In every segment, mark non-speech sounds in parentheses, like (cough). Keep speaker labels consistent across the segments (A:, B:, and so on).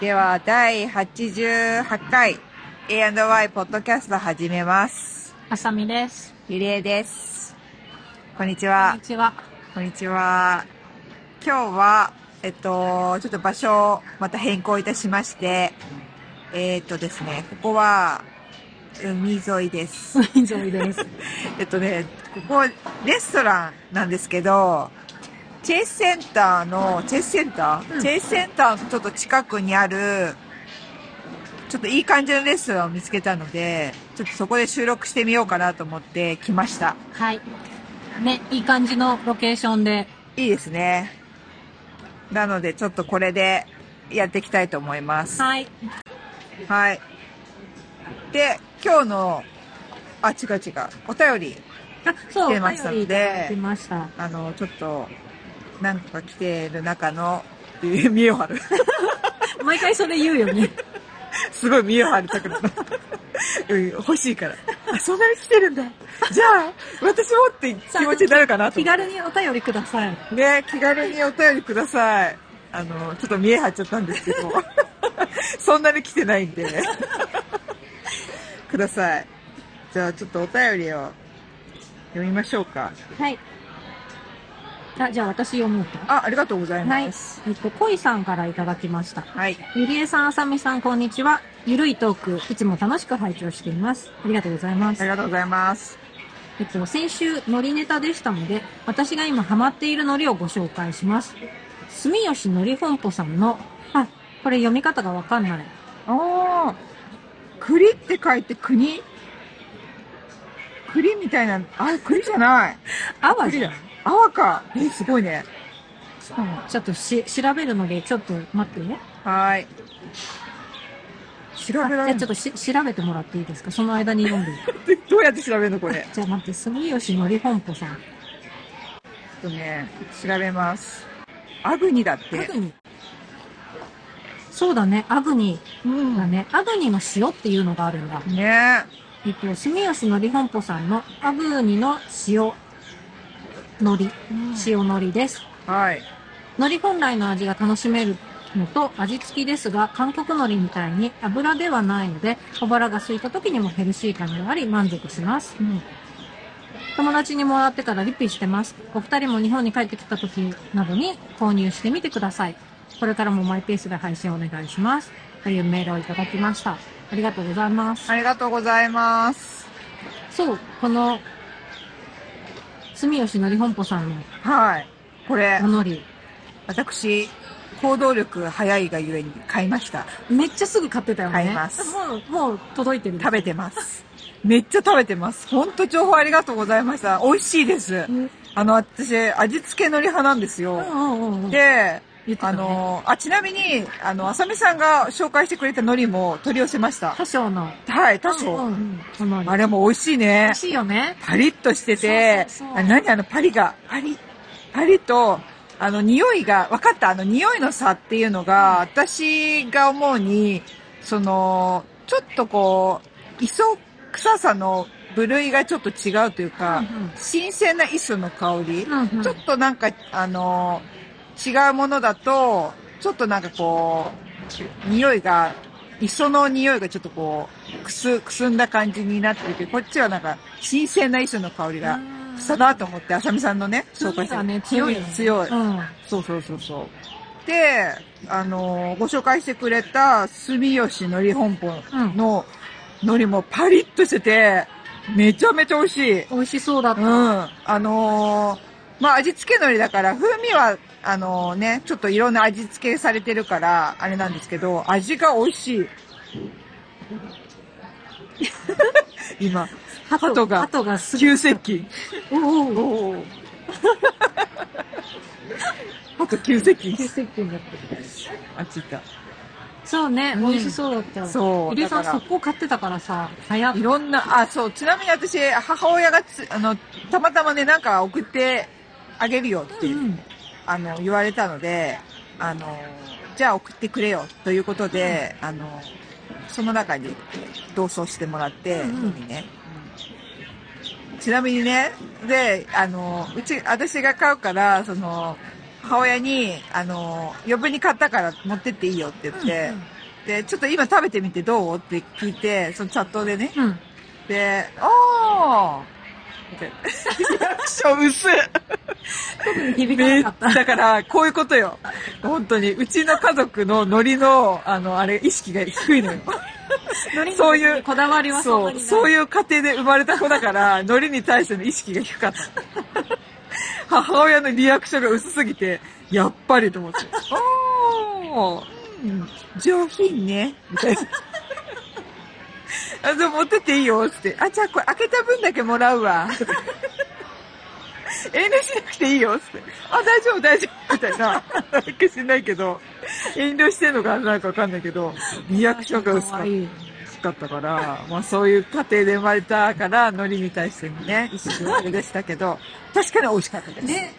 A: では、第88回 A&Y ポッドキャスト始めます。
B: あさみです。
A: ゆりえです。こんにち
B: こん
A: は
B: に。ちは。
A: こんにちは。今日は、えっと、ちょっと場所をまた変更いたしまして、えっとですね、ここは、海沿いです。
B: 以上です。
A: えっとね、ここ、レストランなんですけど、チェイスセンターの、チェイスセンター、
B: うん
A: チェイスセンターのちょっと近くにある、ちょっといい感じのレストランを見つけたので、ちょっとそこで収録してみようかなと思って来ました。
B: (laughs) はい。ね、いい感じのロケーションで。
A: いいですね。なので、ちょっとこれでやっていきたいと思います。
B: はい。
A: はい。で、今日の、あ、違う違う、お便り、
B: あ、そう、
A: 来てましたので
B: お便りいただきました。
A: あの、ちょっと、何個か来てる中の、見栄を張 (laughs) る。
B: 毎回それ言うよね。
A: すごい見栄を張るたくなうん、欲しいから。あ、そんなに来てるんだ。じゃあ、私もって気持ちになるかなと
B: (laughs) 気
A: 思って
B: 軽にお便りください。
A: ね、気軽にお便りください。あの、ちょっと見え張っちゃったんですけ (laughs) ど、そんなに来てないんで、ください。じゃあ、ちょっとお便りを読みましょうか。
B: はい。あ、じゃあ私読もうか。
A: あ、ありがとうござい
B: はい
A: ま。す。
B: えっと、恋さんからいただきました。
A: はい。
B: ゆりえさん、あさみさん、こんにちは。ゆるいトーク、いつも楽しく拝聴しています。ありがとうございま
A: あ
B: す
A: り。がとうございます。
B: えっと、先週、海苔ネタでしたので、私が今ハマっている海苔をご紹介します。住吉海苔本舗さんの、あ、これ読み方がわかんない。
A: おー、栗って書いて国栗みたいな、あ、栗じゃない。
B: あわじゃん。
A: 泡か。え、すごいね。
B: ちょっとし、調べるので、ちょっと待ってね。
A: はい。調べ
B: あじ
A: ら
B: ゃ
A: れ
B: あ
A: る
B: ちょっとし、調べてもらっていいですかその間に読ん
A: (laughs)
B: で。
A: どうやって調べるのこれ。
B: じゃあ待って、住吉海苔本舗さん。
A: ちょっとね、調べます。アグニだっ
B: ア
A: て。
B: グニ。そうだね、アグニ
A: う
B: だ
A: ん。ね
B: ね。アグニの塩っていうのがあるんだ。えっと、住吉のり本舗さんのアグーニの塩のり、塩のりです。
A: はい。
B: のり本来の味が楽しめるのと味付きですが、韓国のりみたいに油ではないので、小腹が空いた時にもヘルシー感があり満足します。
A: うん。
B: 友達にもらってからリピしてます。お二人も日本に帰ってきた時などに購入してみてください。これからもマイペースで配信お願いします。というメールをいただきました。ありがとうございます。
A: ありがとうございます。
B: そう、この、住吉のり本舗さんの
A: はい。これ
B: お、のり、
A: 私、行動力早いがゆえに買いました。
B: めっちゃすぐ買ってたよね。
A: 買います
B: もう、もう届いてる。
A: 食べてます。めっちゃ食べてます。ほんと情報ありがとうございました。美味しいです
B: う。ん
A: あの、私、味付けのり派なんです
B: う
A: よ。
B: んうんうん。、
A: で、
B: 言ってた
A: あ
B: ね、
A: の、あ、ちなみに、あの、あさみさんが紹介してくれた海苔も取り寄せました。
B: 多少の、
A: はい、確
B: うんう
A: か。
B: んおのり。
A: あれも美味しいね
B: 美味。しいよね。
A: パリッとしてて、
B: そうそうそう
A: あ何あのパリが、パリ、パリと、あの匂いが、分かった、あの匂いの差っていうのが、私が思うに、その、ちょっとこう、磯臭さの部類がちょっと違うという
B: う
A: か、
B: ん
A: 新鮮な磯の香り、
B: うんうん
A: ちょっとなんか、あの、違うものだと、ちょっとなんかこう、匂いが、磯の匂いがちょっとこう、くす、くすんだ感じになってるけど、こっちはなんか、新鮮な磯の香りが、したなと思って、あさみさんのね、紹介
B: 強い
A: した
B: がね、
A: 強
B: 強い
A: い
B: よね。
A: 強い。
B: うん。
A: そうそうそうそう。で、あのーご紹介してくれた、住吉のり本舗の、のりもパリッとしてて、めちゃめちゃ美味しい。
B: 美味しそうだっ
A: う
B: た。
A: ん。あのーまあ、味付け海苔だから、風味は、あのーね、ちょっといろんな味付けされてるから、あれなんですけど、味が美味し (laughs) い。今、鳩が
B: 鳩がすぐ。
A: 急接近。
B: おおおお。
A: おお。鳩急接近
B: 急。接近だった。
A: あっち行った。
B: そうね、
A: うん
B: 美味しそうだった。
A: そう
B: ゆりえさん、
A: だから
B: 速攻買ってたからさ、早く
A: い。ろんな、あ、そう、ちなみに私、母親がつ、あの、たまたまね、なんか送ってあげるよって、
B: うん
A: あの、言われたので、あの、じゃあ送ってくれよということで、あの、その中に同走してもらって、
B: うんうん
A: 海ね。ちなみにね、で、あの、うち、私が買うから、その、母親に、あの、余分に買ったから持ってっていいよって言って、
B: うん
A: で、ちょっと今食べてみてどうって聞いて、そのチャットでね。
B: うん。うん。
A: で、おー
B: (laughs)
A: みたいなリアクション薄い
B: 響かなかった。
A: だから、こういうことよ。本当に。うちの家族のノリの、あの、あれ、意識が低いのよ。そういう
B: こだわりはそん
A: そ
B: な
A: う、
B: にない。
A: そう
B: う。
A: いう家庭で生まれた子だ (laughs) から、ノリに対しての意識が低かった。母親のリアクションが薄すぎて、やっぱりと思って。おー、うん、上品ね、みたいな。あ、でも持ってっていいよ、つって。あ、じゃあこれ開けた分だけもらうわ。とか遠慮しなくていいよ、つって。あ、大丈夫、大丈夫、みたいな。なんか知んないけど、遠慮してんのかなんかわかんないけど、リアクションが薄か
B: か
A: っ
B: わ
A: た
B: いい。
A: きかったから、まあそういう家庭で生まれたから、海苔に対してのね、意識があれでしたけど、確かに美味しかったです。
B: ね、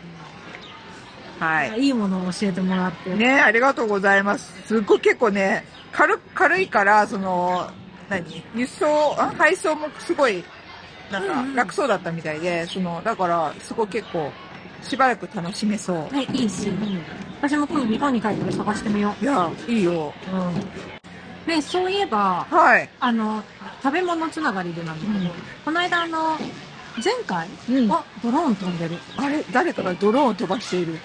A: はいい。
B: いものを教えてもらって。
A: ねありがとうございます。すっごい結構ね、軽く、軽いから、その、何輸送、あ配送もすごい、な
B: うん
A: ん
B: うん
A: か楽そうだったみたいで、その、だから、すごい結構、しばらく楽しめそう。
B: ね、いいし。私も今度日本に帰って探してみよ
A: いや、いいよ。うん。
B: う。ね、そういえば、
A: はい。
B: あの、食べ物つながりでなんだけ
A: う
B: ど、
A: ん
B: この間あの、前回、
A: うん
B: あ、ドローン飛んでる。
A: あれ、誰かがドローンを飛ばしている。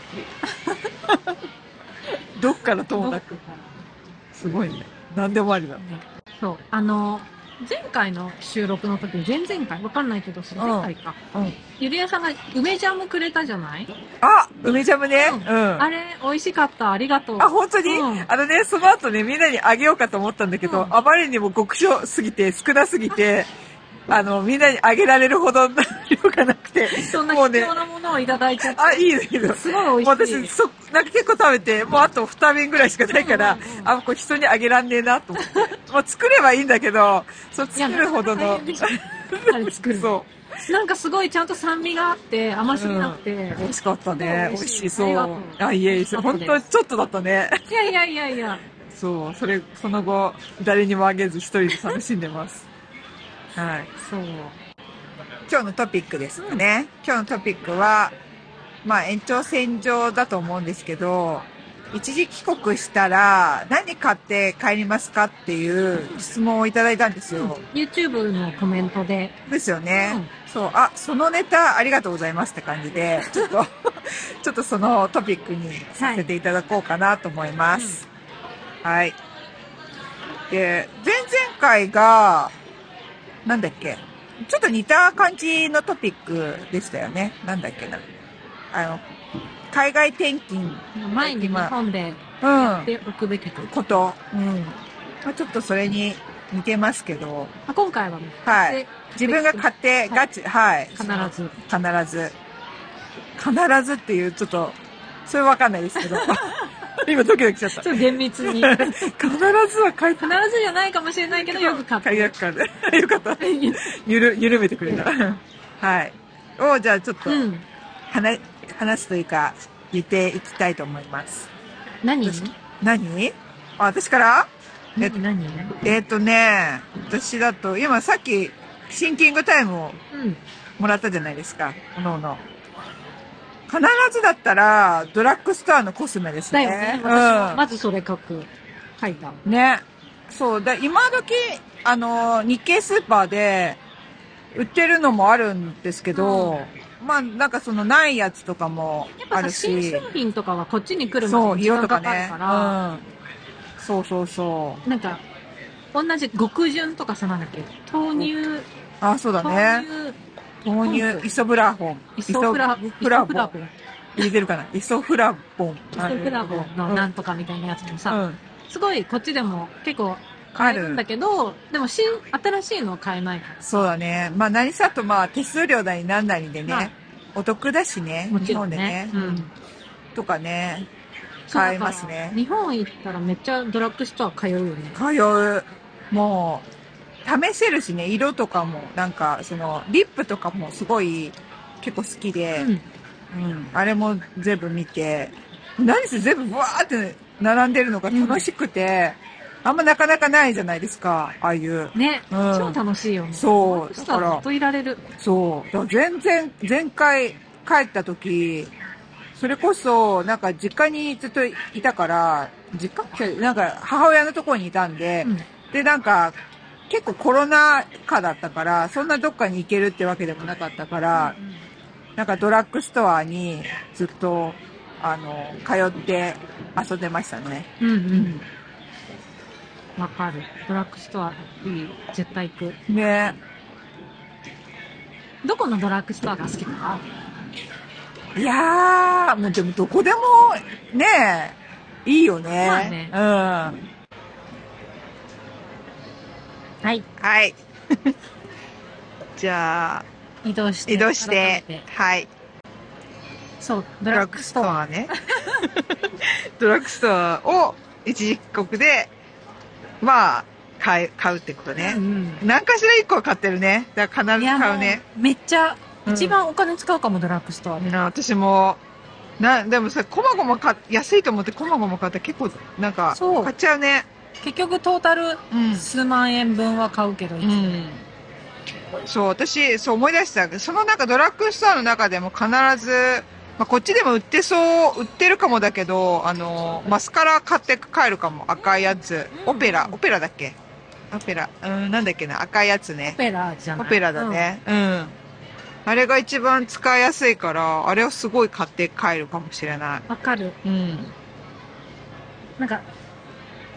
B: (laughs)
A: どっからともなく。すごいね。何でもありだ。
B: そう。あの、前回の収録の時、前々回、わかんないけど、その前回か。
A: うん。
B: ゆりやさんが梅ジャムくれたじゃない、
A: あ、梅ジャムね。う
B: う
A: んん。
B: あれ、美味しかった。ありがとう。
A: あ、本当に、
B: うん
A: あのね、その後ね、みんなにあげようかと思ったんだけど、
B: うん
A: あまりにも極小すぎて、少なすぎ
B: (laughs)
A: て、あの、みんなにあげられるほどの量がなく
B: (laughs)
A: て、
B: そんな
A: もう
B: 貴
A: ね
B: 重、なものをいただいちゃって。
A: あ、いいね、いいね。
B: すごい美味しい
A: もう私、そ、なんか結構食べて、もうあと2瓶ぐらいしかないから、
B: うんうんうん
A: あ、これ人にあげらんねえなと思って。もう作ればいいんだけど、そう、
B: いや
A: 作るほど
B: な
A: の
B: かなか大変。でしょあれ作るの
A: (laughs) そ
B: なんかすごいちゃんと酸味があって、甘すぎなくて。
A: う。美味しかったね。美味しい、そ
B: ありがとう
A: う。あ、いえいえ、
B: あと
A: 本
B: で
A: 当ちょっとだったね。
B: いやいやいやいや。
A: そう、それ、その後、誰にもあげず一人で楽しんで (laughs) ます。はい。
B: そう。
A: 今日のトピックですかね。今日のトピックは、まあ延長線上だと思うんですけど、一時帰国したら何買って帰りますかっていう質問をいただいたんですよ。
B: YouTube のコメントで。
A: ですよね、そう、あ、そのネタありがとうございますって感じで、ちょっと、 (laughs) ちょっとそのトピックにさせていただこうかなと思います。はい。で、前々回が、なんだっけ、ちょっと似た感じのトピックでしたよね。なんだっけな。あの、海外転勤、
B: うん前に日本で
A: うん、
B: でおくべきこと。
A: こと、うん。まあちょっとそれに似てますけど、
B: まあ今回はね、
A: はい。
B: で
A: 自分が買って、ガチ、はい。
B: 必ず。
A: 必ず。必ずっていう、ちょっと、それわかんないですけど。今ドキドキしちゃった。
B: ちょっと厳密
A: (laughs)
B: に。必
A: 必ずは買い
B: ずじゃないかもしれないけど、よく買って。
A: 解約からね。よかった。ゆる、緩めてくれた。はい。を、じゃあちょっと、
B: うん。
A: 話、話すというか、言っていきたいと思います。
B: 何
A: 何あ、私からえっと
B: 何何
A: えっ、とね、私だと、今さっき、シンキングタイムを
B: うん。
A: もらったじゃないですか。おのおの。必ずだったら、ドラッグストアのコスメです
B: だ
A: ね。
B: よね。私も
A: う
B: まずそれ書く。書いた。
A: ん。ね。そう。で、今時、あの、日系スーパーで売ってるのもあるんですけど、まあ、なんかそのないやつとかも
B: やっ
A: あ
B: ぱさ、
A: る
B: 新
A: し
B: 商、品とかはこっちに来る
A: そ
B: ま
A: う、
B: で時
A: 色
B: 間
A: と
B: か
A: か
B: かる
A: ね。
B: から、
A: うん。そうそうそう。
B: なんか、同じ極潤とかさ、なんだっけ豆乳、
A: あ、そうだね。
B: 豆乳、
A: 豆
B: 豆
A: 乳、
B: 乳
A: イソブラホン。
B: イソフラ、イソ
A: フラボ
B: フラボ、イ
A: 入れてるかなイソフラボン。イ
B: ソフラボのなんとかみたいなやつも
A: う
B: さ、
A: ん。
B: すごいこっちでも結構
A: あ
B: 買えるん
A: る
B: だ。けど、でも新、新しいのは買えないから。
A: そうだね。まあ何さとまあ手数料代なんなりでね、
B: はい
A: お得だしね、
B: もち
A: 日
B: ろ
A: 本
B: ん
A: で
B: ね
A: ね。。
B: うん。
A: とかね、買えますね
B: だから日本行ったらめっちゃドラッグストア通うよね。
A: 通う。もう、試せるしね、色とかも、なんか、その、リップとかもすごい、結構好きで、
B: うん。
A: うんあれも全部見て、何せ全部ブワーって並んでるのが楽しくて、あんまなかなかないじゃないですか、ああいう。
B: ね。
A: うん
B: 超楽しいよね。ド
A: そう、
B: ラッグ
A: だ
B: スト
A: か
B: アず
A: ら
B: っ、といられる。
A: そう。だから全然、前回帰った時、それこそ、なんか実家にずっといたから、実家違うなんか母親のところにいたんで、
B: うん
A: で、なんか、結構コロナ禍だったから、そんなどっかに行けるってわけでもなかったから、なんかドラッグストアにずっと、あの、通って遊んでましたね。
B: うんう
A: うんん。
B: わかる。ドラッグストア、いい。絶対行く。
A: ね
B: どこのドラッグストアが好きか
A: いやー、もうでもどこでも、ねいいよね。
B: まあね
A: うん。は
B: はい。
A: い。 (laughs) じゃあ、
B: 移動して。
A: 移動して
B: 改め、
A: はい。
B: そう、ド
A: ド
B: ラ
A: ラ
B: ッ
A: ッ
B: グ
A: グ
B: ス
A: ス
B: ト
A: ト
B: ア。
A: ア
B: (laughs)
A: ね。ドラッグストアを一時帰国で、まあ、買う、買うってことね
B: う。ん
A: 何かしら一個は買ってるね。だから
B: うん。い
A: 必ず
B: や、
A: 買う
B: も
A: ね。
B: う、めっちゃ、
A: うん
B: 一番お金使うかも、ドラッグストアで。
A: な私も、な、でもさ、こまごま買っ、安いと思ってこまごま買ったら結構、なんか、
B: そう
A: 買っちゃうね。
B: 結局、トータル、
A: うん。
B: 数万円分は買うけど、
A: うん。そう、私、そう思い出した。その中、ドラッグストアの中でも必ず、まあ、こっちでも売ってそう、売ってるかもだけど、あの、マスカラ買って帰るかも。赤いやつ。
B: う
A: オ
B: ん
A: ペラ、オペラだっけオペラ。うん、なんだっけな。赤いやつ
B: オ
A: ね。
B: ペラじゃな
A: オ
B: い
A: ペラだ。ね。うん。あれが一番使いやすいから、あれをすごい買って帰るかもしれない。
B: うんわかる。
A: うん。
B: なんか、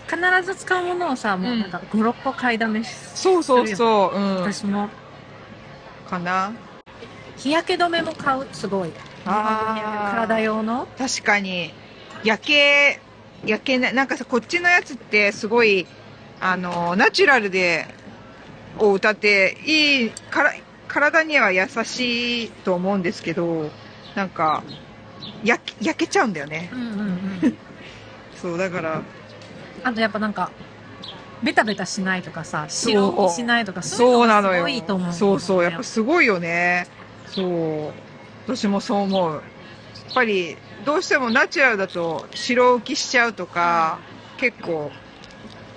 B: 必ず使うものをさ、もうなんか、5、6個買いだめし、
A: そうそうそう。うん。
B: 私も。
A: かな。
B: 日焼け止めも買う、すごい。
A: あー
B: 体用の。
A: 確かに夜景夜景ななんかさこっちのやつってすごいあのナチュラルでを歌っていいから体には優しいと思うんですけどなんか焼け焼けちゃうんだよね
B: うんうんうん。
A: そうだから
B: (laughs) あとやっぱなんか、ベタベタしないとかさ、
A: そう
B: 白をしないとか、
A: そうなのよ
B: いと思う。
A: そうそうやっぱすごいよねそう私もそう思うやっぱりどうしてもナチュラルだと白浮きしちゃうとか結構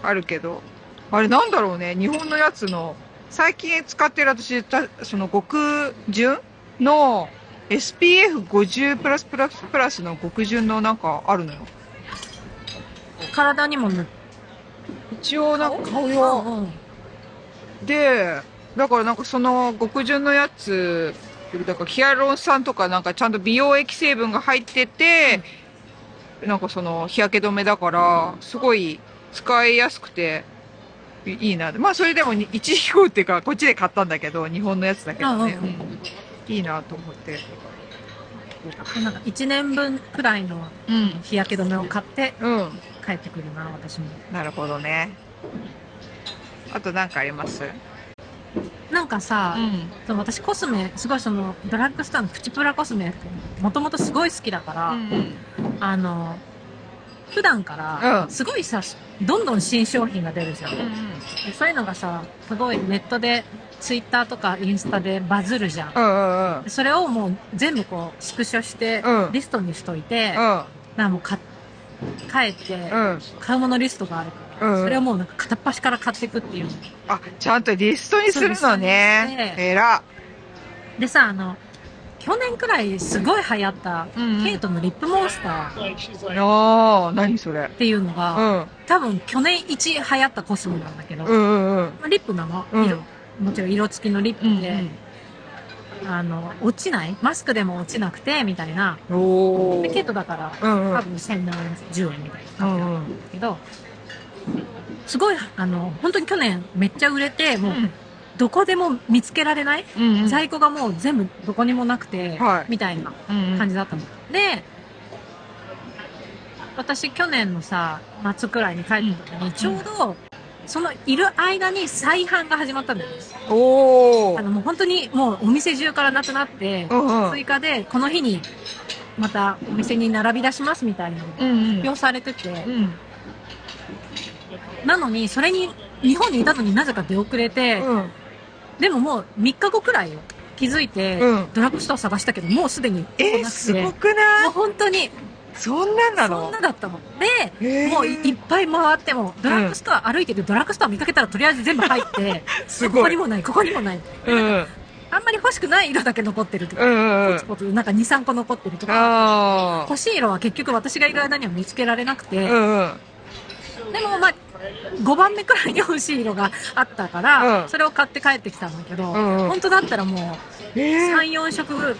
A: あるけどあれなんだろうね日本のやつの最近使ってる私たその極純の SPF50 プラスプラスプラスの極純のなんかあるのよ
B: 体にも塗っ
A: 一応なんか顔
B: て
A: 用
B: うんうん
A: で、だからなんかその極純のやつ、だからヒアルロン酸とかなんかちゃんと美容液成分が入ってて、なんかその日焼け止めだから、すごい使いやすくて、いいいな。まあそれでもに一飛行っていうか、こっちで買ったんだけど、日本のやつだけどね
B: うんうん。
A: うんいいなと思って。
B: なんか1年分くらいの
A: うん。
B: 日焼け止めを買って
A: うん。
B: 帰ってくるな、私も。
A: なるほどね。あとなんかあります
B: なんかさ、
A: ん。
B: そう私コスメ、すごいその、ドラッグストアのプチプラコスメ、もともとすごい好きだから、
A: うん。
B: あの、普段から
A: う、ん
B: すごいさ、どんどん新商品が出るじゃん。でそういうのがさ、すごいネットで、ツイッターとかインスタでバズるじゃん。
A: うんうんうん。
B: それをもう全部こう、スクショして
A: う、ん
B: リストにしといて、
A: う
B: だか
A: ん。
B: らもうか帰って
A: う、ん。
B: 買うものリストがあるから、
A: うんうん
B: それをもうなんか片っ端から買っていくっていう。
A: あ、ちゃんとリストにするの
B: そうリストにし
A: ね。
B: て
A: えら。
B: でさ、あの、去年くらいすごい流行った、
A: うんうん
B: ケイトのリップモンスターっ
A: ああ、何それ。
B: ていうの
A: う
B: が、
A: ん。
B: 多分去年一流行ったコスメなんだけど、
A: うんうんうん。
B: まあリップなの、
A: うん
B: 色もちろん色付きのリッ
A: うん
B: プで、あの、落ちないマスクでも落ちなくて、みたいな。
A: うん。お
B: で、ケイ
A: ー。
B: トだから、
A: うんう
B: 多
A: ん。
B: 分1710円みたいな
A: う
B: 感じ
A: ん
B: なん
A: うん。
B: だけど、すごい、あの、本当に去年めっちゃ売れて、もう、どこでも見つけられない、
A: うんうん。
B: 在庫がもう全部どこにもなくて、
A: はい
B: みたいな
A: うんうん
B: 感じだったの。で、私去年のさ、夏くらいに帰った時に、ちょうど、そのいる間に再販が始まったんだよね。
A: お
B: あ
A: ー。
B: の、もう本当にもうお店中からなくなって、
A: うんうん。
B: 追加でこの日にまたお店に並び出しますみたいなの
A: う
B: が
A: んうん
B: 発表されてて、
A: うん。
B: なのにそれに日本にいたのになぜか出遅れて、
A: うん。
B: でももう3日後くらいよ気づいて、
A: うん
B: ドラッグストア探したけどもうすでに
A: えー、
B: 来なくて
A: すごくない
B: も
A: う
B: 本当に
A: そんなんな
B: そん
A: の
B: なだったので、
A: え
B: もういいっぱい回ってもドラッグストア歩いてて、ドラッグストア見かけたらとりあえず全部入って
A: す
B: ここ
A: ご
B: に
A: い。
B: もないここにもない
A: うん。
B: あんまり欲しくない色だけ残ってると
A: う
B: か、
A: んうんうん。
B: ポツポツなんか2、3個残ってるとか、
A: ああ
B: 欲。しい色は結局私がいる間には見つけられなくて、
A: うんうん。
B: でもまあ、5番目くらいに欲しい色があったから、
A: うん
B: それを買って帰ってきたんだけど、
A: うんうん
B: 本当だったらも
A: え
B: う、
A: ー、
B: 3、4色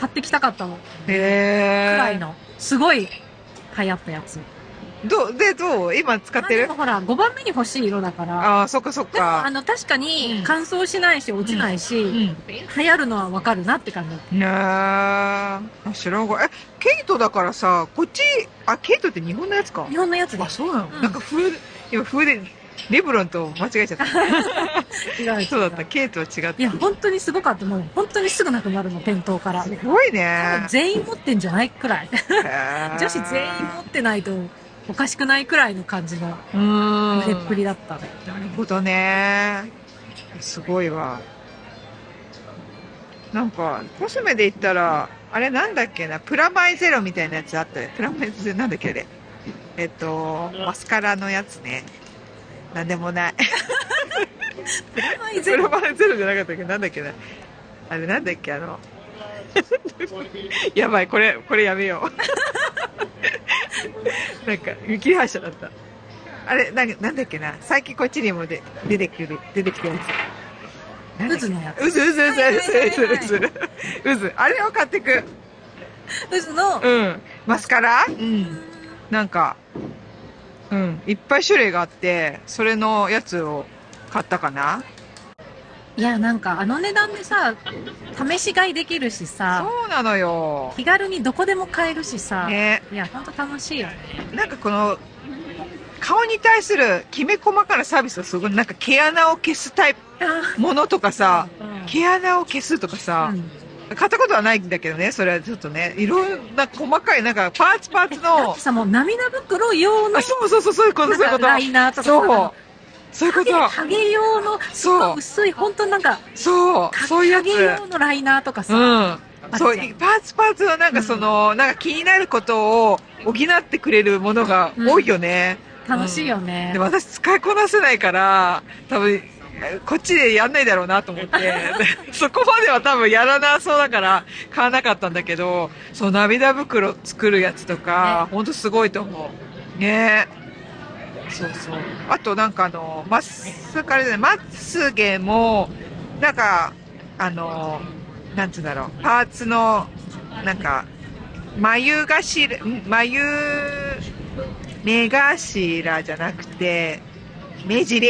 B: 買ってきたかったの、くら
A: え
B: いの、すごい流行ったやつ。
A: ー。どう、で、どう今使って
B: で
A: る
B: もほら、5番目に欲しい色だから、
A: ああ、そっかそっ
B: でもあ
A: か。
B: の、確かに
A: うん
B: 乾燥しないし、落ちないし、
A: うん。
B: 流行るのはわかるなって感じ。
A: ねえ。知らんが。え、ケイトだからさ、こっち、あ、ケイトって日本のやつか
B: 日。本のやつで
A: あ、そうなの、
B: うん
A: なんか風、今風で、レブロンと間違えちゃった。
B: 違う違
A: そうだった。ケイトは違っ
B: い
A: た。
B: や、本当にすごかった。もう、本当にすぐなくなるの、店頭から。
A: すごいね。
B: 全員持ってんじゃないくらい。女
A: 女
B: 子全員持ってないとおかしくないくらいの感じの
A: うーん。
B: 腕っぷりだった。
A: なるほどね。すごいわ。なんか、コスメで言ったら、あれなんだっけな、プラマイゼロみたいなやつあったよ。プラマイゼロなんだっけあれ。えっと、マスカラのやつね。なんでもない。
B: プラマイゼ
A: プラ
B: ロ。
A: マイゼロじゃなかったっけど、なんだっけな。あれなんだっけあの。 (laughs) やばい、これ、これやめよう。 (laughs) なんか、見切り発車だった。あれ、なに、なんだっけな。最近こっちにもで出てくる、出てきたやつ。なんだっけ
B: 渦のやつ
A: 渦、渦、渦、
B: はいはい
A: 渦、渦、渦。渦。あれを買ってく。
B: 渦の、
A: うん。マスカラ
B: うん。
A: なんか、うん。いっぱい種類があって、それのやつを買ったかな。
B: いや、なんかあの値段でさ、試し買いできるしさ、
A: そうなのよ。
B: 気軽にどこでも買えるしさ、
A: ね。
B: いや、ほんと楽しいよね。
A: なんかこの、顔に対するきめ細かなサービスはすごい、なんか毛穴を消すタイプ、ものとかさ、
B: うん
A: 毛穴を消すとかさ、
B: うん
A: 買ったことはないんだけどね、それはちょっとね、いろんな細かい、なんかパーツパーツ
B: だっ
A: の
B: (laughs) て、さ、もう涙袋用の
A: あ、そうそうそう、そういうこと、そういう
B: な
A: こ
B: んかライ
A: と。
B: ナーとか
A: そう。そういうこ
B: 影
A: と。
B: 影用の、すごい薄い、本当なんか、
A: そう、そういうや
B: 影
A: つ
B: 用。のライナーとか
A: う
B: さ、
A: ん。そう、いパーツパーツのなんかその、なんか気になることを補ってくれるものが多いよね。
B: 楽しいよね
A: で。私使いこなせないから、多分、こっちでやんないだろうなと思って、そこまでは多分やらなそうだから買わなかったんだけど、その涙袋作るやつとか、ほんとすごいと思う。ねえ。そうそう。あとなんかあの、まっすぐあれだね、まつげも、なんか、あの、なんつうんだろう、パーツの、なんか、眉頭、ん眉、目頭じゃなくて、目尻、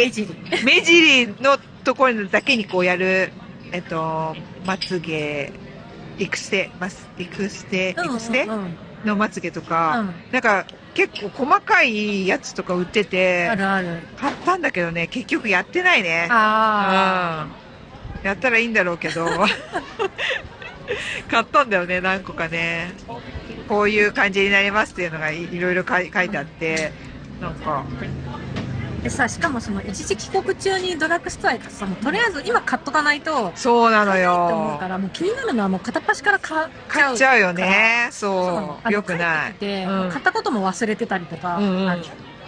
A: 目尻のところだけにこうやる、えっと、まつげ、エクステ、まつ、エクステ、エ
B: うん
A: クステ
B: うんうん
A: のまつげと
B: う
A: か、
B: ん
A: なんか結構細かいやつとか売って
B: あ
A: て、
B: るある。
A: 買ったんだけどね、結局やってないね。
B: あ
A: うんやったらいいんだろうけど (laughs) 買ったんだよね何個かねこういう感じになりますっていうのがいいろいろ書い書いてあってなんか
B: あ。でさ、しかもその一時帰国中にドラッグストア行くとさ、もうとりあえず今買っとかないと、
A: そうなの
B: と思う
A: よ
B: から、もう気になるのはもう片っ端から買っちゃ
A: 買
B: う。
A: っちゃうよ
B: から。
A: ね
B: そうなの
A: そ
B: あ
A: う
B: の
A: よくな
B: 帰っ
A: い
B: てきて
A: うん
B: 買ったことも忘れてたりとか、
A: うんうん
B: あの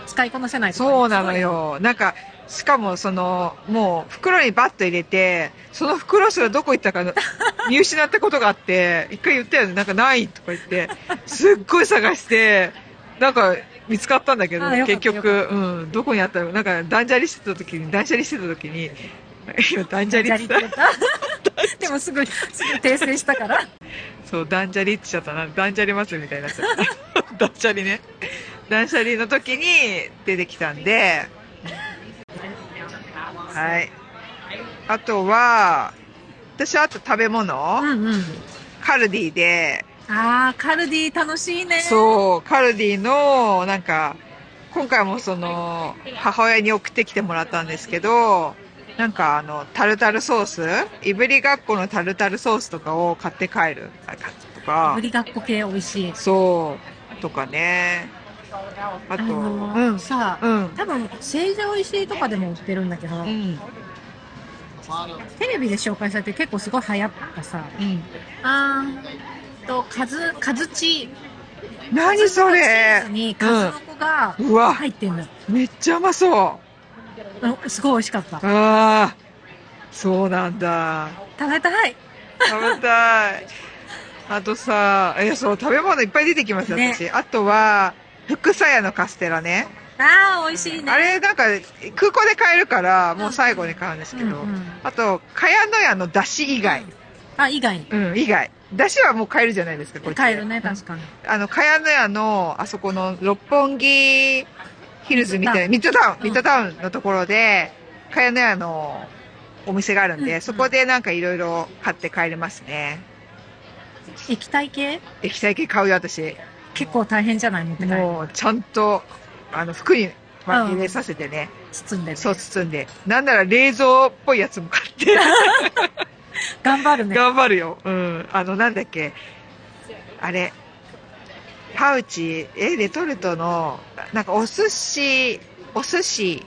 B: 使いこなせないとかね
A: そうなの。よなんかしかもそのもう袋にバッと入れてその袋すらどこ行った
B: (laughs)
A: かの見失ったことがあって一回言ったよねなんかないとか言ってすっごい探してなんか見つかったんだけど
B: あよか
A: 結
B: ったよ
A: 局、うん、どこにあったのなんか断捨離してた時に断捨離してた時に (laughs) 今断捨
B: すご
A: 離
B: いや
A: っ
B: り
A: て言
B: って
A: っ
B: 言った。 (laughs) でもすぐ、すぐ訂正したから。
A: たそう断捨離って言っちゃったな断捨離祭りみたいになっちゃった (laughs) 断捨離ね断捨離の時に出てきたんではい。あとは、私はあと食べ物、
B: うんうん。
A: カルディで、
B: ああ、カルディ楽しいね。
A: そう、カルディの、なんか、今回もその、母親に送ってきてもらったんですけど、なんかあの、タルタルソースいぶりがっこのタルタルソースとかを買って帰る。買ってとか
B: ぶ、りがっこ系美味しい。
A: そう、とかね。あ
B: あ
A: と、
B: の
A: う
B: ー
A: ん、
B: さ、
A: うん、
B: 多分、成城石井とかでも売ってるんだけど、
A: うん、
B: テレビで紹介されて結構すごい流行ったさ、
A: うん。
B: あーんと、カズ、カズチ
A: 何それ
B: カズのチーズにカズの子が
A: うわ、
B: 入ってんのよ。
A: めっちゃうまそう。
B: うんすごい美味しかった。
A: ああ、そうなんだ。
B: 食べたい
A: 食べたい。あとさ、え、そう、食べ物いっぱい出てきますよ、
B: ね
A: 私。あとは、福さやのカステラね。
B: ああ、美味しいね。
A: あれ、なんか、空港で買えるから、もう最後に買うんですけど。
B: うんうん
A: あと、かやのやの出汁以外。
B: あ、以外に。
A: うん、以外。出汁はもう買えるじゃないですか、こっちで
B: 帰るね、確かに。
A: あの、かやのやの、あそこの、六本木ヒルズみたいな、ミッドタウン、
B: うん
A: ミッドタウンのところで、かやのやのお店があるん
B: うんう
A: で、
B: ん
A: そこでなんかいろいろ買って帰れますね。
B: 液体系
A: 液体系買うよ、私。
B: 結構大変じゃない持って帰る。
A: もう、ちゃんと、あの、服に、まあ、入れさせてね、
B: 包んでる。
A: そう包んで。なんなら冷蔵っぽいやつも買って、
B: 頑張るね。
A: 頑張るよ。うん。あの、なんだっけ。あれ。パウチ、え、レトルトの、なんかお寿司、お寿司、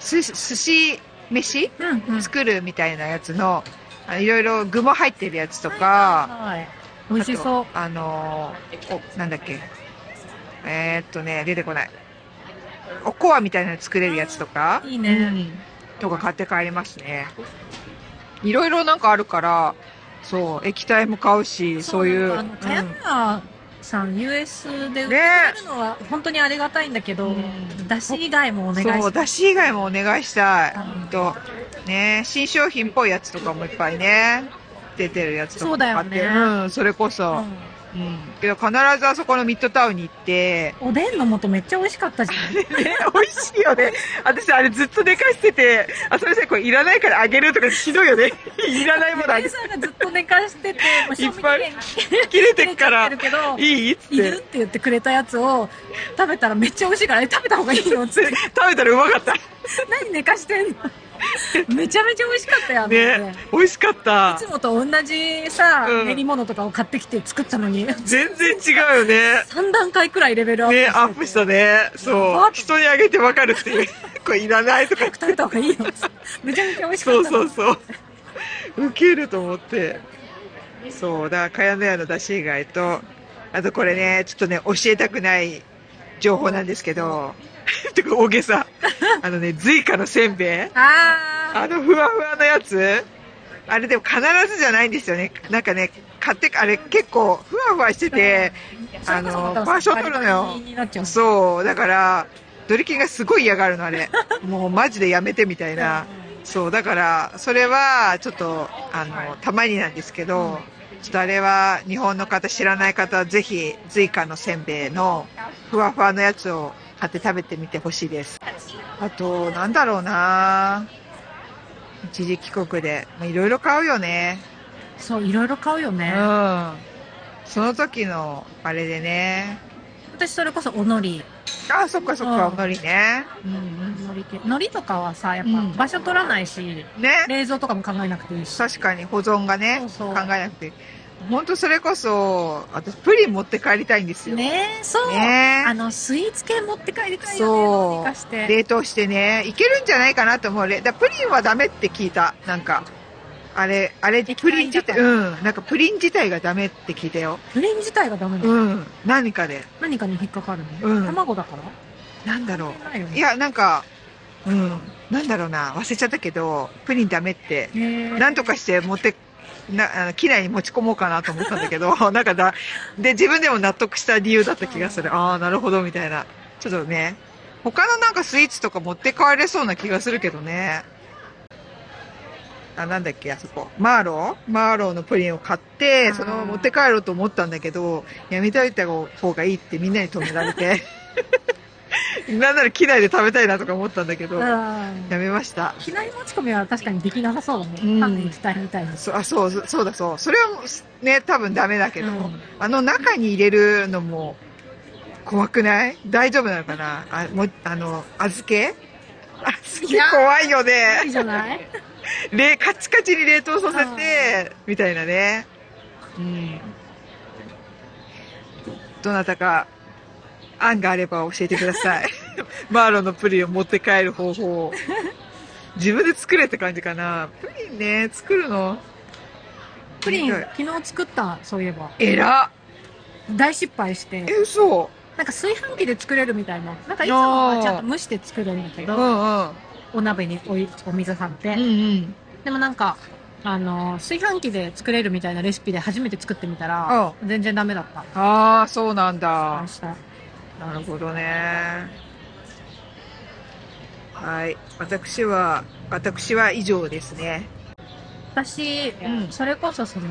A: す寿司飯
B: うんうん。
A: 作るみたいなやつの、あいろいろ具も入ってるやつとか、
B: はい。美味しそう。
A: あとあのーお、なんだっけ。えー、っとね、出てこない。おこわみたいなの作れるやつとか、
B: いいね。
A: とか買って帰りますね。いろいろなんかあるから、そう、液体も買うし、そういう。
B: なんかあの、茅山さん、US で売ってくれるのは本当にありがたいんだけど、
A: うん
B: だし以外もお
A: う
B: 願
A: ん
B: いしま
A: そう、
B: す。
A: だし以外もお願いしたい。
B: うん
A: と、ね、新商品っぽいやつとかもいっぱいね、出てるやつとかも買って
B: そうだよ
A: うん、それこそ。うん。けど必ずあそこのミッドタウンに行って、
B: うんおでんの素めっちゃ美味しかったじ
A: ね、美味しいよね。私、あれずっと寝かしてて、あ、それじゃこれいらないからあげるとかひどいよね。いらないもの
B: ゃ
A: あ (laughs)
B: ん。
A: げ
B: 姉、さんがずっと寝か
A: (laughs)
B: してて、もう賞味期限
A: 切れ
B: 切
A: て
B: れ
A: っ
B: ちゃ
A: か
B: っ
A: ら
B: てる、けど
A: い、いっつっ。
B: いるってて言ってくれたやつを食べたらめっちゃ美味しいから、え食べた方がいいの
A: (laughs)
B: って。
A: 食べたらうまかった。
B: 何寝かしてんのめちゃめちゃ美味しかったよ、あの
A: ね
B: ね。、
A: 美味しかった
B: いつ。もと同じさ、
A: うん
B: 練り物とかを買ってきて作ったのに、
A: 全然違うよね。
B: 3段階くらいレベルアップして
A: ね、
B: て
A: アップしたね。そう。人にあげてわかるっていう。 (laughs) これいらないとか。
B: 食べた方がいいよ。めちゃめちゃ美味しか
A: そ
B: っ
A: う
B: たの。
A: そうそう。ウケると思って。そう、だから、かやのやの出し以外と、あとこれね、ちょっとね、教えたくない情報なんですけど、 (laughs) てか大げさ。あのね、ズイカのせんべい
B: あ
A: あのふわふわのやつあれでも必ずじゃないんですよね。なんかね、買って、あれ結構ふわふわしてて、
B: ー、
A: あの、場所取るのよ。
B: になっちゃう
A: そう、だから、ドリキンがすごい嫌がるの、あれ。もうマジでやめてみたいな。そう、だから、それは、ちょっと、あの、たまになんですけど、ちょっとあれは、日本の方、知らない方は、ぜひ、ズイカのせんべいの、ふわふわのやつを買って食べてみてほしいです。あと、なんだろうな一時帰国で、まあいろいろ買うよね。
B: そう、いろいろ買うよ
A: う
B: ね。
A: ん。その時の、あれでね。
B: 私それこそおのり。
A: あ、そっかそっか、
B: うん
A: おのりね。
B: うん、のり系。のりとかはさ、やっ
A: うん
B: ぱ場所取らないし、
A: ね。
B: 冷蔵とかも考えなくていいし。
A: 確かに保存がね、
B: そうそう
A: 考えなくて。本当それこそ、私プリン持って帰りたいんですよ。
B: ねえ、そう。
A: ね
B: あの、スイーツ系持って帰りたい
A: そう
B: よね。生かして。
A: 冷凍してね、いけるんじゃないかなと思う。れだプリンはダメって聞いた。なんか、あれ、あれ、
B: 液
A: プリン
B: 体
A: 自
B: だか
A: 体、
B: ら
A: うん、なんかプリン自体がダメって聞いたよ。
B: プリン自体がダメだよ。
A: うん、何かで。
B: 何かに引っかかるの、
A: うん
B: 卵だから
A: なんだろ
B: ないよ
A: う。
B: ね。
A: いや、なんか、うん、なんだろうな、忘れちゃったけど、プリンダメって、
B: へー、
A: なんとかして持って、な、あの、機内に持ち込もうかなと思ったんだけど、 (laughs) なんかだ、で、自分でも納得した理由だった気がする。ああ、なるほど、みたいな。ちょっとね、他のなんかスイーツとか持って帰れそうな気がするけどね。あ、なんだっけ、あそこ。マーローマーローのプリンを買って、そのまま持って帰ろうと思ったんだけど、やめておいた方がいいってみんなに止められて。 (laughs) なんなら機内で食べたいなとか思ったんだけど、や
B: うん
A: めました。
B: 機内持ち込みは確かにできなさそうだね。
A: うん
B: パンで液体みたいな。
A: そあそうそうそうだそうそれはね多分ダメだけど、
B: うん
A: あの中に入れるのも怖くない大丈夫なのかなあもあの預け預
B: い
A: け
B: や
A: 怖いよ
B: いい
A: ね
B: じ
A: (laughs)
B: ゃない
A: 冷カチカチに冷凍させてみたいなねうんどなたか案があれば教えてくださ
B: (laughs)
A: いマーロンのプリンを持って帰る方法を自分で作れって感じかなプリンね作るの
B: プリン、
A: 面白い
B: 昨日作った、そういえば。
A: えらっ
B: 大失敗して
A: え、。嘘
B: なんか炊飯器で作れるみたいな。なんかいつもはちゃんと蒸して作るんだけ
A: うん
B: ど、
A: うん。
B: お鍋においお水張っ
A: うんう
B: て。
A: ん。
B: でもなんか、あの、炊飯器で作れるみたいなレシピで初めて作ってみたら、全然ダメだった。
A: ああ、そうなんだ
B: 明。日。
A: なるほどね。はい。私は、私は以上ですね。
B: 私、
A: うん
B: それこそその、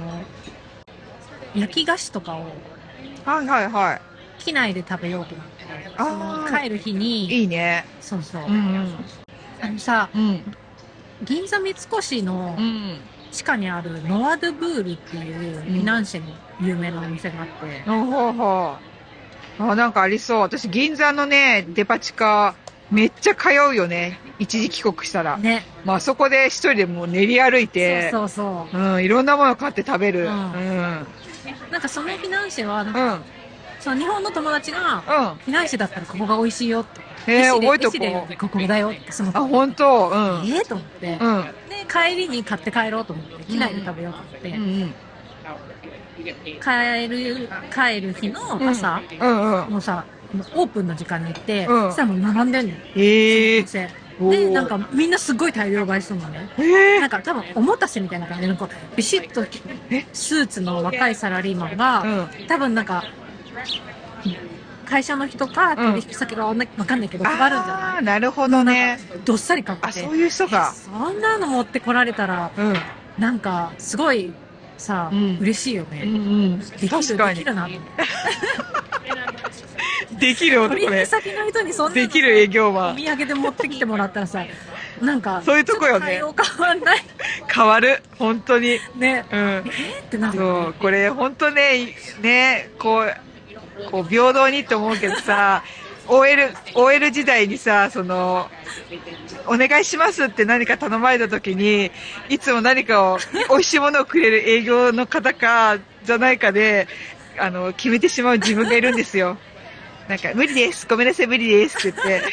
B: 焼き菓子とかを
A: はいはいはい。
B: 機内で食べようと思って、
A: あー
B: その帰る日に、
A: いいね。
B: そうそう、
A: ん
B: あのさ、
A: うん。
B: 銀座三越の
A: うん。
B: 地下にあるノアドゥブールっていう
A: うん
B: フィナンシェの有名なお店があって、
A: ほうほうほう。あ、なんかありそう。私、銀座のね、デパ地下、めっちゃ通うよね。一時帰国したら。
B: ね、
A: まあ、そこで一人でもう練り歩いて、
B: そうそうそ
A: うん、いろんなもの買って食べる。う。
B: うんん
A: うん。
B: うなんかそのフィナンシェはなん
A: う
B: か、
A: ん。うん。
B: その日本の友達がフィナンシェだったらここが美味しいよって
A: えー、覚えと
B: レシで
A: こう。
B: ここだよってその
A: あ、本当う
B: え
A: ん。
B: えと思って、で
A: うん。
B: 帰りに買って帰ろうと思って機内で食べようと思って、
A: うん。
B: 帰る帰る日の朝、
A: うんうん。
B: もうさオープンの時間に行って、
A: うん
B: そしたらもう並んでんのよ
A: ええー。
B: 店
A: お
B: で
A: ー
B: なんかみんなすごい大量買いするのね
A: ええ
B: なんか多分おもたせみたいな感じでなんかビシッと
A: え
B: スーツの若いサラリーマンが、
A: うん。
B: 多分なんか会社の人か取引先がわかんないけど配るんじゃ
A: あ
B: な
A: あ
B: い
A: ー、なるほどね。
B: どっさり買って
A: あ、そういう人か。
B: そんなの持ってこられたら
A: うん。
B: なんかすごいさ、
A: うん
B: 嬉しいよね、
A: うん。
B: でき
A: 確
B: る
A: か
B: で
A: に
B: き。るなと思って
A: できる男
B: 取 (laughs) 引
A: ね。
B: 先の人にそんなの
A: できる営業
B: お
A: マン。
B: 土産で持ってきてもらった
A: (laughs)
B: らさ、なんか、
A: そういうとこよね
B: ちょっと対応変わんない
A: 変わる。本当に。
B: ね。
A: うん。
B: えってなるよ
A: そう、これ本当ね、いね、こう、こう平等にって思うけどさ、OL、OL 時代にさ、その、お願いしますって何か頼まれた時に、いつも何かを、美味しいものをくれる営業の方か、じゃないかで、あの、決めてしまう自分がいるんですよ。なんか、無理です。ごめんなさい、無理です。って言って、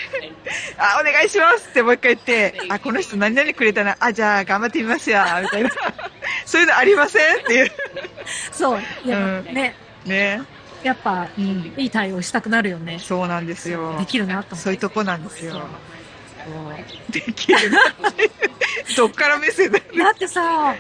A: あ、お願いしますってもう一回言って、あ、この人何々くれたな。あ、じゃあ、頑張ってみますや。みたいな。そういうのありませんっていう。
B: そう。いや、
A: うん
B: ね。
A: ね、
B: やっぱ、
A: うん、
B: いい対応したくなるよね。
A: そうなんですよ
B: で。きるなと思って
A: そういうとこなんですよ。そうできるなって。 (laughs) どっから目線だ
B: だってさ、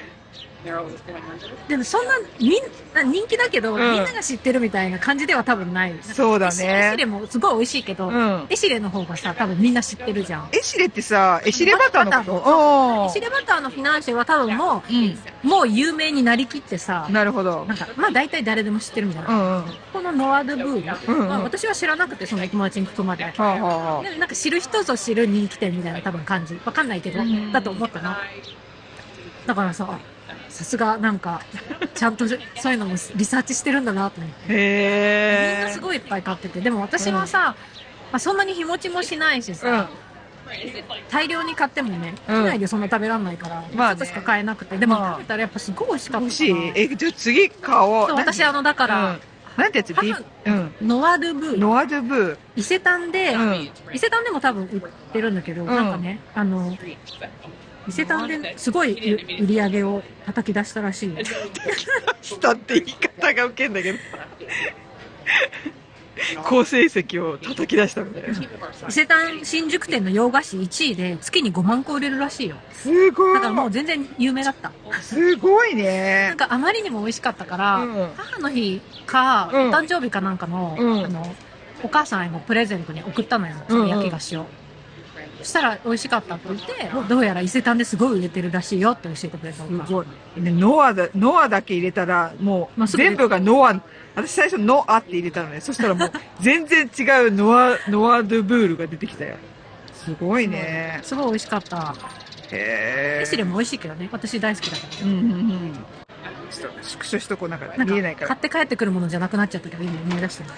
B: でもそんな、みんな、人気だけど、
A: うん
B: みんなが知ってるみたいな感じでは多分ない。
A: そうだね
B: エシレもすごい美味しいけど、
A: うん。
B: エシレの方がさ、多分みんな知ってるじゃん。
A: エシレってさ、エシレバターのこ
B: エ
A: と
B: シレバターのフィナンシェは多分も
A: おー
B: う、もう有名になりきってさ
A: うん。、なるほど
B: な。んか、まあ大体誰でも知ってるみたいな
A: う。んうん。は
B: このノアドブーラ、
A: うんうん
B: まあ、私は知らなくて、その友達に聞くまで。
A: あ、はあはあ、
B: でなんか知る人ぞ知る人気店みたいな多分感じ。わかんないけど、
A: うん
B: だと思ったな。だからさ、さすがなんか、ちゃんとそういうのもリサーチしてるんだなと思って。みんな
A: へ
B: すごいいっぱい買ってて。でも私はさ、まあ、そんなに日持ちもしないし
A: え。う
B: さ、大量に買ってもね、機
A: うん
B: 内でそんな食べらんないから、
A: まあね
B: ちょっとしか買えなくて。でも
A: まあ
B: 食べたらやっぱすごい美味しか
A: ん。欲
B: ったな。
A: しいえ、じゃあ次買おう。
B: そう私あの、だ
A: か
B: か、、
A: らなんてやつ
B: 多
A: ビ
B: 分
A: うん。
B: ノアドブーラ、
A: ノアドゥブ
B: 伊勢丹で、
A: ー。うん。
B: 伊勢丹でも多分売ってるんだけど、
A: ん
B: なんかね、あの、伊勢丹ですごい売り上げを叩き出したらしいよ。
A: スタって言い方がウケんだけど。好成績を叩き出したみたいな。
B: 伊勢丹新宿店の洋菓子1位で月に5万個売れるらしいよ。
A: すご
B: だ
A: い
B: からもう全然有名だった。
A: すごい
B: な
A: ね
B: ん。かあまりにも美味しかったから、
A: うん
B: 母の日か、
A: うん
B: お誕生日かなんかの、
A: うん
B: あの、お母さんへのプレゼントに送ったのよ、その焼き菓子を。そしたら美味しかったって言って、どうやら伊勢丹ですごい売れてるらしいよって教えてくれたお
A: す
B: 母さん
A: ごい。ねノアだ、ノアだけ入れたら、も
B: ま
A: う、
B: あすぐ出
A: 全
B: る
A: 部がノア、私最初ノアって入れたのね。そしたらもう、全然違うノア、ノアドゥブールが出てきたよ。すごいね。
B: すごい美味しかった。
A: へ
B: エシレ
A: ー
B: も美味しいけどね。私大好きだから。
A: うんうんうん。ちょっと縮小しとこうなんか
B: なん
A: 見えないから
B: か、買っ。て帰ってくるものじゃなくなっちゃったけど、今思い出した。買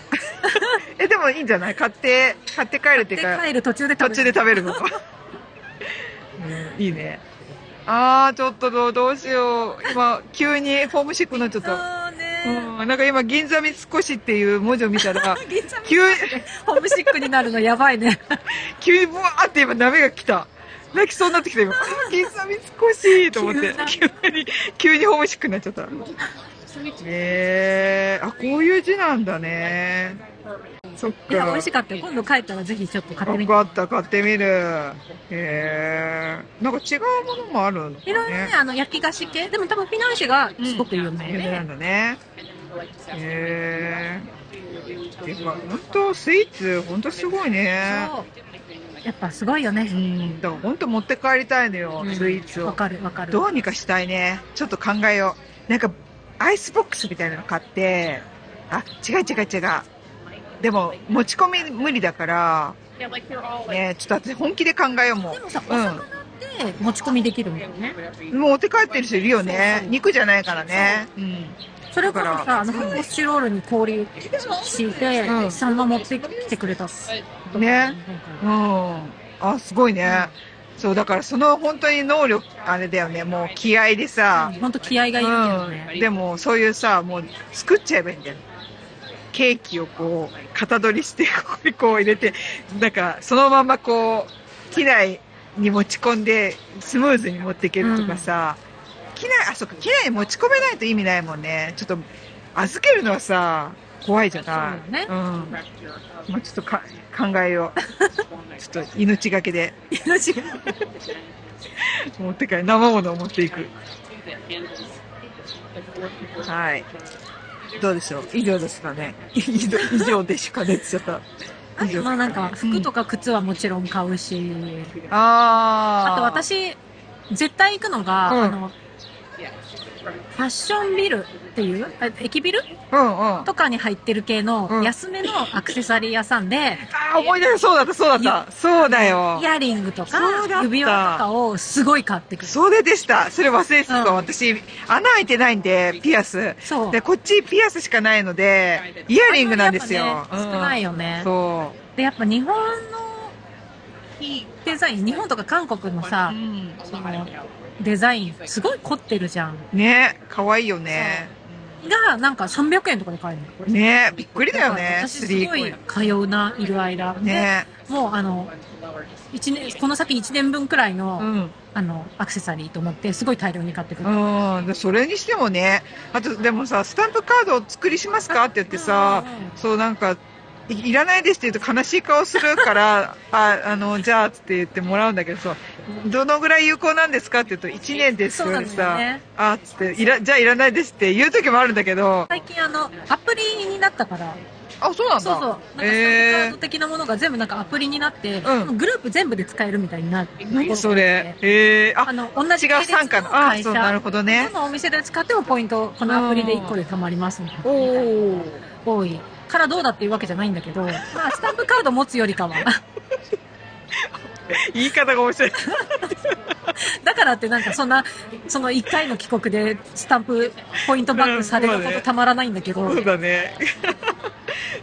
A: え、でもいいんじゃない買って、買って帰るっていうか
B: っ。て帰る途中で
A: 途
B: 食べ
A: 中で食べるの。うん、いいね。あー、ちょっとどうどうしよう。今、急にホームシックになっちゃった。
B: そうね。
A: うん、なんか今、銀座三越っていう文字を見た (laughs) ら、
B: 銀座
A: 急、
B: ホームシックになるのやばいね。
A: 急にブワーって今、鍋が来た。泣きそうになってき (laughs) た今。銀座三越と思って、急に、急にホームシックになっちゃった。えー、あ、こういう字なんだね。そっ
B: いや、美味し
A: か。
B: かったよ。今度帰ったらぜひちょっと買ってみ
A: 分
B: て。
A: かった、買ってみる。へえ。なんか違うものもあるのかね。
B: いろいろね、あの、焼き菓子系。でも多分フィナンシェがすごく有名
A: 有名な
B: で
A: ん。だね。へえ。てか、本当スイーツ、本当すごいね。
B: そうやっぱすごいよね
A: う。ん、だから本当持って帰りたいのよ、
B: うん
A: スイーツ
B: わ
A: を。
B: かるわかる。
A: どうにかしたいね。ちょっと考えよう。なんか、アイスボックスみたいなの買って、あ、違う違う違う。でも、持ち込み無理だから、ね、ちょっと私本気で考えようも
B: でもさ、お
A: う。
B: 魚って持ち込みできるんだよね。
A: うん。もう持って帰ってる人いるよね
B: そう。
A: 肉じゃないからね。うん。
B: それこそ
A: だから
B: さ、あの、発泡スチロールに氷敷いて、
A: うん
B: そのまま持ってきてくれたっす。
A: ね。うん。あ、すごいね。そう、だからその本当に能力、あれだよね、もう気合でさ、
B: 本当気合がいるけどね。
A: うん。でも、そういうさ、もう作っちゃえばいいんだよ。ケーキをこう、型取りして、ここにこう入れて、なんか、そのままこう、機内に持ち込んで、スムーズに持っていけるとかさ、機内、あ、そっか、機内に持ち込めないと意味ないもんね。ちょっと、預けるのはさ、怖いじゃない。
B: そうだね
A: ん。まあ、ちょっとか考えよ
B: (laughs)
A: う。ちょっと命がけで
B: 命が
A: 持って帰る。生物を持っていく。はい。どうでしょう以上ですかね。 (laughs) 以上以上でしかね。ちょっと。
B: (laughs)
A: 以上
B: まあなんか、服とか靴はもちろん買うし、
A: ああ。
B: あと。私、絶対行くのが、
A: うん
B: あの、ファッションビルっていう、あ駅ビル
A: うんうん。あ
B: とかに入ってる系
A: う
B: の
A: ん
B: 安めのアクセサリー屋さんで、
A: あ、思い出した。そうだった、そうだった。そうだよ
B: イ。ヤリングとか
A: そうだった
B: 指輪とかをすごい買ってくる。
A: それでした。それ忘れてた、
B: うん
A: 私、穴開いてないんで、ピアス。
B: そう。
A: で、こっちピアスしかないので、イヤリングなんですよ。
B: やっぱね少ないよね。
A: そ
B: で、やっぱ日本のデザイン、日本とか韓国の
A: う。
B: さ、
A: ん
B: そのデザイン、すごい凝ってるじゃん。
A: ね、可愛いよね。
B: が、なんか300円とかで買えるの。これ
A: ね、びっくりだよね。
B: 私すごい通うな、いる間。で
A: ね。
B: もうあの、一年、この先1年分くらいの、
A: うん。
B: あの、アクセサリーと思って、すごい大量に買ってくる。
A: うん。でそれにしてもね、あとでもさ、スタンプカードを作りしますかって言ってさ、そうなんか、いいらないですって言うと悲しい顔するから、 (laughs) あ、あの、じゃあって言ってもらうんだけどさ、どのぐらい有効なんですかって言うと、1年です
B: そう
A: っ
B: なん
A: て
B: だよ
A: さ、
B: ね。
A: あっつって、いら、じゃあいらないですって言う時もあるんだけど、
B: 最近あの、アプリになったから、
A: あ、そうなんだ。
B: そうそう、なんかスタンプカ
A: え
B: ード的なものが全部なんかアプリになって、
A: うん
B: グループ全部で使えるみたいになる。
A: 何それ。えー、
B: あ
A: あ、
B: の、同じ
A: 違う参加の。あ、そう、なる
B: ほ
A: ほどね。
B: どのお店で使ってもポイント、このアプリで1個で貯まりますみたいな。
A: おー。
B: 多い。からどうだっていうわけじゃないんだけど、まあ、スタンプカード持つよりかは。 (laughs)
A: 言い方が面白い。
B: だからってなんかそんな、その1回の帰国でスタンプ、ポイントバックされることたまらないんだけど
A: そ、うだね。 (laughs)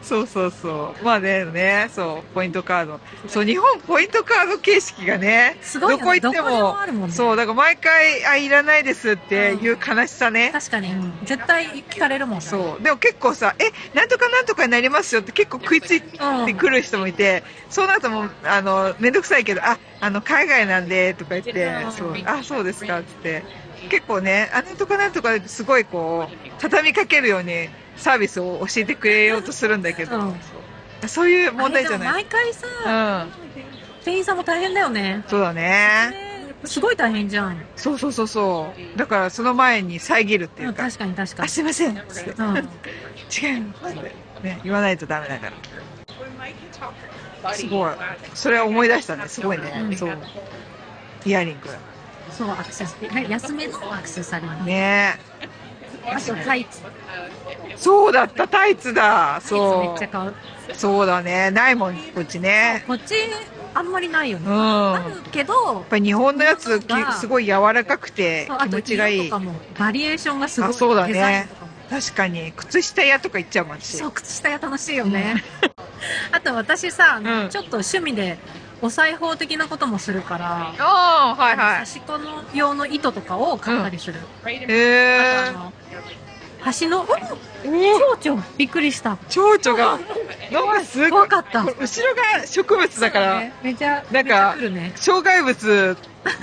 A: そうそうそう。まあね、ね、そう、ポイントカード。そう、日本ポイントカード形式がね、
B: すごいよね
A: どこ行って
B: どこで
A: も
B: もあるもんね
A: そう、だから毎回、あ、いらないですっていう悲しさね。
B: 確かに、絶対聞かれるもんね。
A: そう。でも結構さ、え、なんとかなんとかになりますよって結構食いついてくる人もいて、そうなるともう、あの、めんどくさいけど、あ、あの、海外なんで、とか言って
B: うん、
A: そう、あ、そうですか、つって。結構ね、あ、なんとかなんとかすごいこう、畳みかけるようにサービスを教えてくれようとするんだけど、
B: うん
A: そういう問題じゃ
B: あ
A: ない。
B: れでも毎回さ、
A: うん。
B: 店員さんも大変だよね。
A: そうだね。
B: ねすごい大変じゃん。
A: そうそうそうそう。だからその前に遮るっていううんか、
B: 確かに確か
A: あ、
B: に。
A: すいません。つって
B: う
A: 違
B: ん
A: うのね、言わないとダメだから。すごい。それは思い出したね。すごいね。
B: うん
A: そう。イヤリング。
B: そう、アクセサリー。ね安めのアクセサリーね。
A: ね
B: あとタイツ。
A: え。そうだった、タイツだ。
B: タイツめ
A: そ
B: っちゃ買う。
A: う。そうだね。ないもん、こっちね。
B: こっち、あんまりないよ
A: うん。
B: ね。あ
A: や
B: るけど
A: っ、ぱり日本のやつ、き
B: 日本のが
A: すごい柔らかくて
B: そう
A: 気
B: あと
A: 持ちがい
B: 色と
A: い
B: か。もバリエーションがすごい。
A: あそうだね
B: デザインとかも
A: 確かに。靴下屋とか行っちゃうもん、私
B: そう、。靴下が楽しいよね。 (laughs) あと私さ、あ
A: う
B: の
A: ん
B: ちょっと趣味でお裁縫的なこともするから、
A: ああ、はい
B: あの
A: は
B: 差し子の用の糸とかを買ったりする。
A: い。へ
B: あ
A: え。
B: の橋の、
A: おー
B: 蝶々びっくりした。
A: 蝶々が、なんかすごい。
B: 怖かった
A: これ後ろが植物だから。
B: めちゃ、
A: なんか
B: めちゃ来るね。
A: 障害物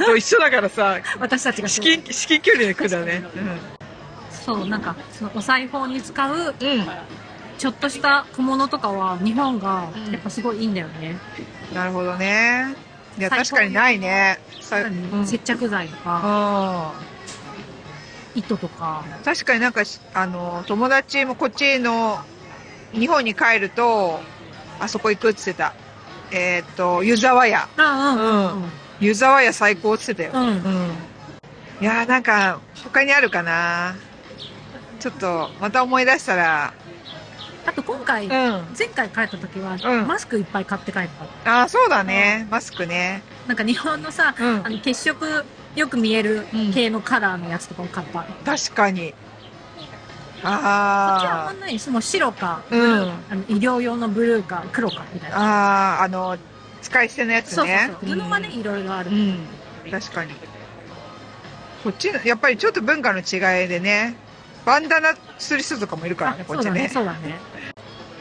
A: と一緒だからさ、
B: 私たちが
A: 至近至近距離で来るんだよね。
B: そう、なんか、そのお裁縫に使う
A: うん。うん。
B: ちょっとした小物とかは日本が
A: うん
B: やっぱすごいいいんだよね。
A: なるほどね。いや、
B: 最高
A: 確かにないね。さう
B: 何
A: ん
B: 接着剤とか、
A: う
B: 糸とか。
A: ん。確かになんかし、あの、友達もこっちの、日本に帰ると、あそこ行くって言ってた。えーっと、湯沢屋。
B: あ
A: 湯沢屋最高って言ってた
B: う
A: よ。
B: んうんうん。
A: う
B: う。
A: んん。いやーなんか、他にあるかなちょっと、また思い出したら、
B: あと今回、
A: うん。
B: 前
A: あ
B: 回帰った時は
A: うん
B: マスクいっぱい買って帰った。
A: ーそうだね。マスクね。
B: なんか日本のさ、
A: うん
B: あの血色よく見える系のカラーのやつとかを買った。こっ
A: 確かに。
B: ちはあ
A: あ
B: んまないです。もう白か、
A: うん
B: ブルーあの医療用のブルーか黒かみたい
A: あ、
B: な。
A: ああ、あの、使い捨てのやつ
B: そうそう
A: ね。
B: そう。布はね、いろいろある
A: う。ん、確かに。こっちの、やっぱりちょっと文化の違いでね、バンダナする人とかもいるからね、こ
B: そ
A: っ
B: う
A: ち
B: だね、
A: ね。
B: そうだね。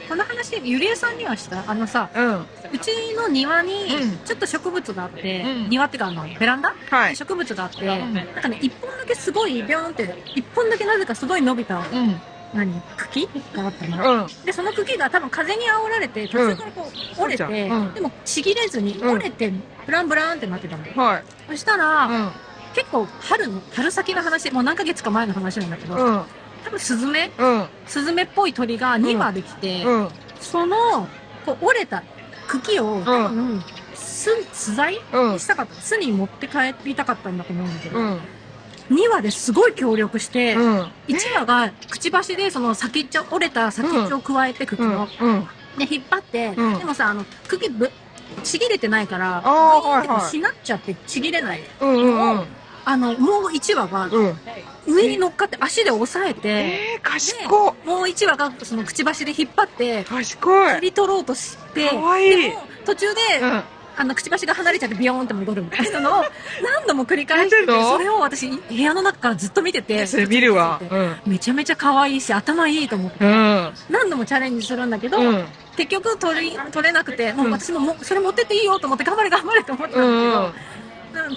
B: この話、ゆりえさんにはしたあのさ、
A: うん。
B: うちの庭に
A: うん
B: ちょっと植物があって、
A: うん
B: 庭っていうかあの、ベランダ
A: はい。
B: 植物があって、
A: ん
B: なんかね、一本だけすごい、ビョーンって、一本だけなぜかすごい伸びた、
A: うん。うん。
B: 何茎があったの。で、その茎が多分風に煽られて、途中からこう折れて、
A: うん
B: でもちぎれずに
A: うん
B: 折れて、ブランブランってなってたの。
A: はい。
B: そしたら、
A: うん。
B: 結構春の、春先の話、もう何ヶ月か前の話なんだけど、
A: うん。
B: 多分スズメ、
A: うん。
B: スズメっぽい鳥が2羽できて、
A: うん。
B: その、こう折れた茎を、多分、巣、巣材
A: うん。
B: にしたかった。巣に持って帰りたかったんだと思うんだけど、
A: うん。
B: 2羽ですごい協力して、
A: うん。
B: 1羽がくちばしでその先っちょ、折れた先っちょを加えて茎
A: う
B: の、
A: ん。うん。
B: で、引っ張って、
A: うん
B: でもさ、あの、茎ぶ、ちぎれてないから、
A: あー
B: ブイーンってこう
A: はいはい
B: しなっちゃってちぎれない。
A: うん。うん。
B: あの、もう1羽が
A: うん。
B: 上に乗っかって足で押さえて、
A: えー、賢い。
B: もう1羽がそのくちばしで引っ張って、
A: 賢
B: 切
A: い。
B: り取ろうとして、
A: かわいい
B: でも途中で、
A: うん。
B: あの、くちばしが離れちゃってビヨーンって戻るみたいなのを何度も繰り返して
A: (laughs) やってん
B: て、
A: の
B: それを私、部屋の中からずっと見てて、
A: それ見るわ。うん。
B: めちゃめちゃ可愛いし、頭いいと思って、
A: うん。
B: 何度もチャレンジするんだけど、
A: うん。
B: 結局取り、取れなくて、も
A: う
B: うん私ももうそれ持ってっていいよと思って、頑張れ頑張れと思ってた
A: うんん。
B: だけど、うん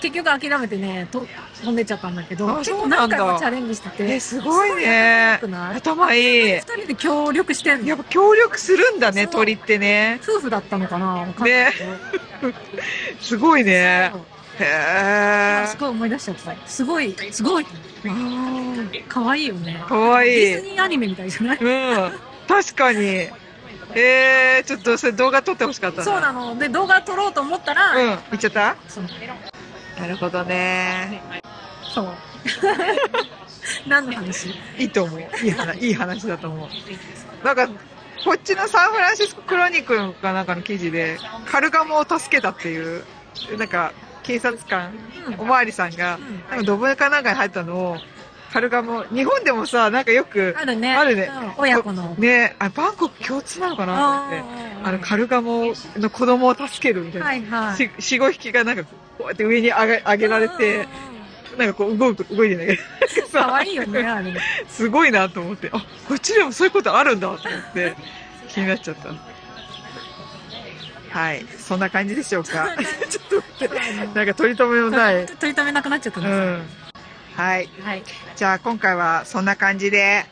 B: 結局諦めてね、と飛んでっちゃったんだけど、
A: あ
B: 結
A: そ
B: 構
A: うな
B: 何
A: んだ
B: 回もチャレンジして
A: え、
B: て、
A: すごいね
B: すごい。な
A: 頭いい
B: 二。人で協力してん
A: や
B: の
A: っ。ぱ協力するんだね、
B: そう
A: 鳥ってね。
B: 夫婦だったのかなわかんないけど。
A: すごいね。
B: そう
A: へ
B: あ
A: え
B: す。ごい思い出しちゃった。すごい、すごい。可愛いよね。
A: かわいい
B: ディ。ズニーアニメみたいじゃない
A: うん。確かに。えー、ちょっとそれ動画撮ってほしかったな。
B: そうなの。で、動画撮ろうと思ったら、
A: うん。行っちゃった
B: そう。
A: なるほどね。
B: そう (laughs) 何の話
A: いいと思う。いい話、いい話だと思う。なんか、こっちのサンフランシスコクロニクルかなんかの記事で、カルガモを助けたっていう、なんか、警察官、
B: うん
A: おまわりさんが、
B: うん
A: なんかドブネかなんかに入ったのを、カルガモ、日本でもさ、なんかよく、
B: あるね。
A: あるね
B: うん親子の。
A: ね、あバンコク共通なのかなと思って、
B: あー
A: あの、カルガモの子供を助けるみたいな。
B: はいはい。
A: し四五匹がなんか、こうやって上に上げ上げられて、なんかこう動く、動いてんだけど。
B: かわいいよね、あれ。
A: (laughs) すごいなと思って、あ、こっちでもそういうことあるんだと思
B: (laughs)
A: って、気になっちゃった。はい。そんな感じでしょうか。 (laughs) ちょっと待って、なんか取り留めもない。
B: 取り留めなくなっちゃった
A: う
B: ね。
A: ん。はい。
B: はい。
A: じゃあ今回はそんな感じで、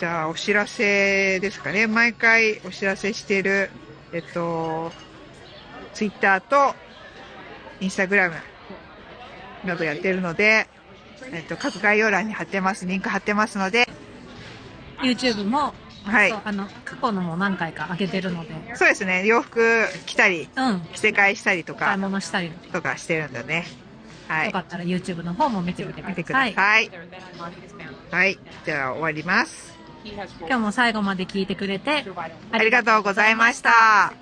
A: じゃあお知らせですかね。毎回お知らせしてる、えっと、ツイッターとインスタグラムなどやってるので、えっと、各概要欄に貼ってます。リンク貼ってますので、
B: YouTube も、
A: はい
B: そう。あの、過去のも何回か上げてるので、
A: そうですね。洋服着たり、
B: うん。
A: 着せ替えしたりと
B: 買い
A: か、
B: 物したり、
A: とかしてるんだね。は
B: よ
A: い
B: か。ったら YouTube の方も見てみて
A: 見て
B: く
A: く
B: ださ
A: だ
B: い。
A: さい。はい。じゃあ終わります。
B: 今日も最後まで聞いてくれて、
A: ありがとうございました。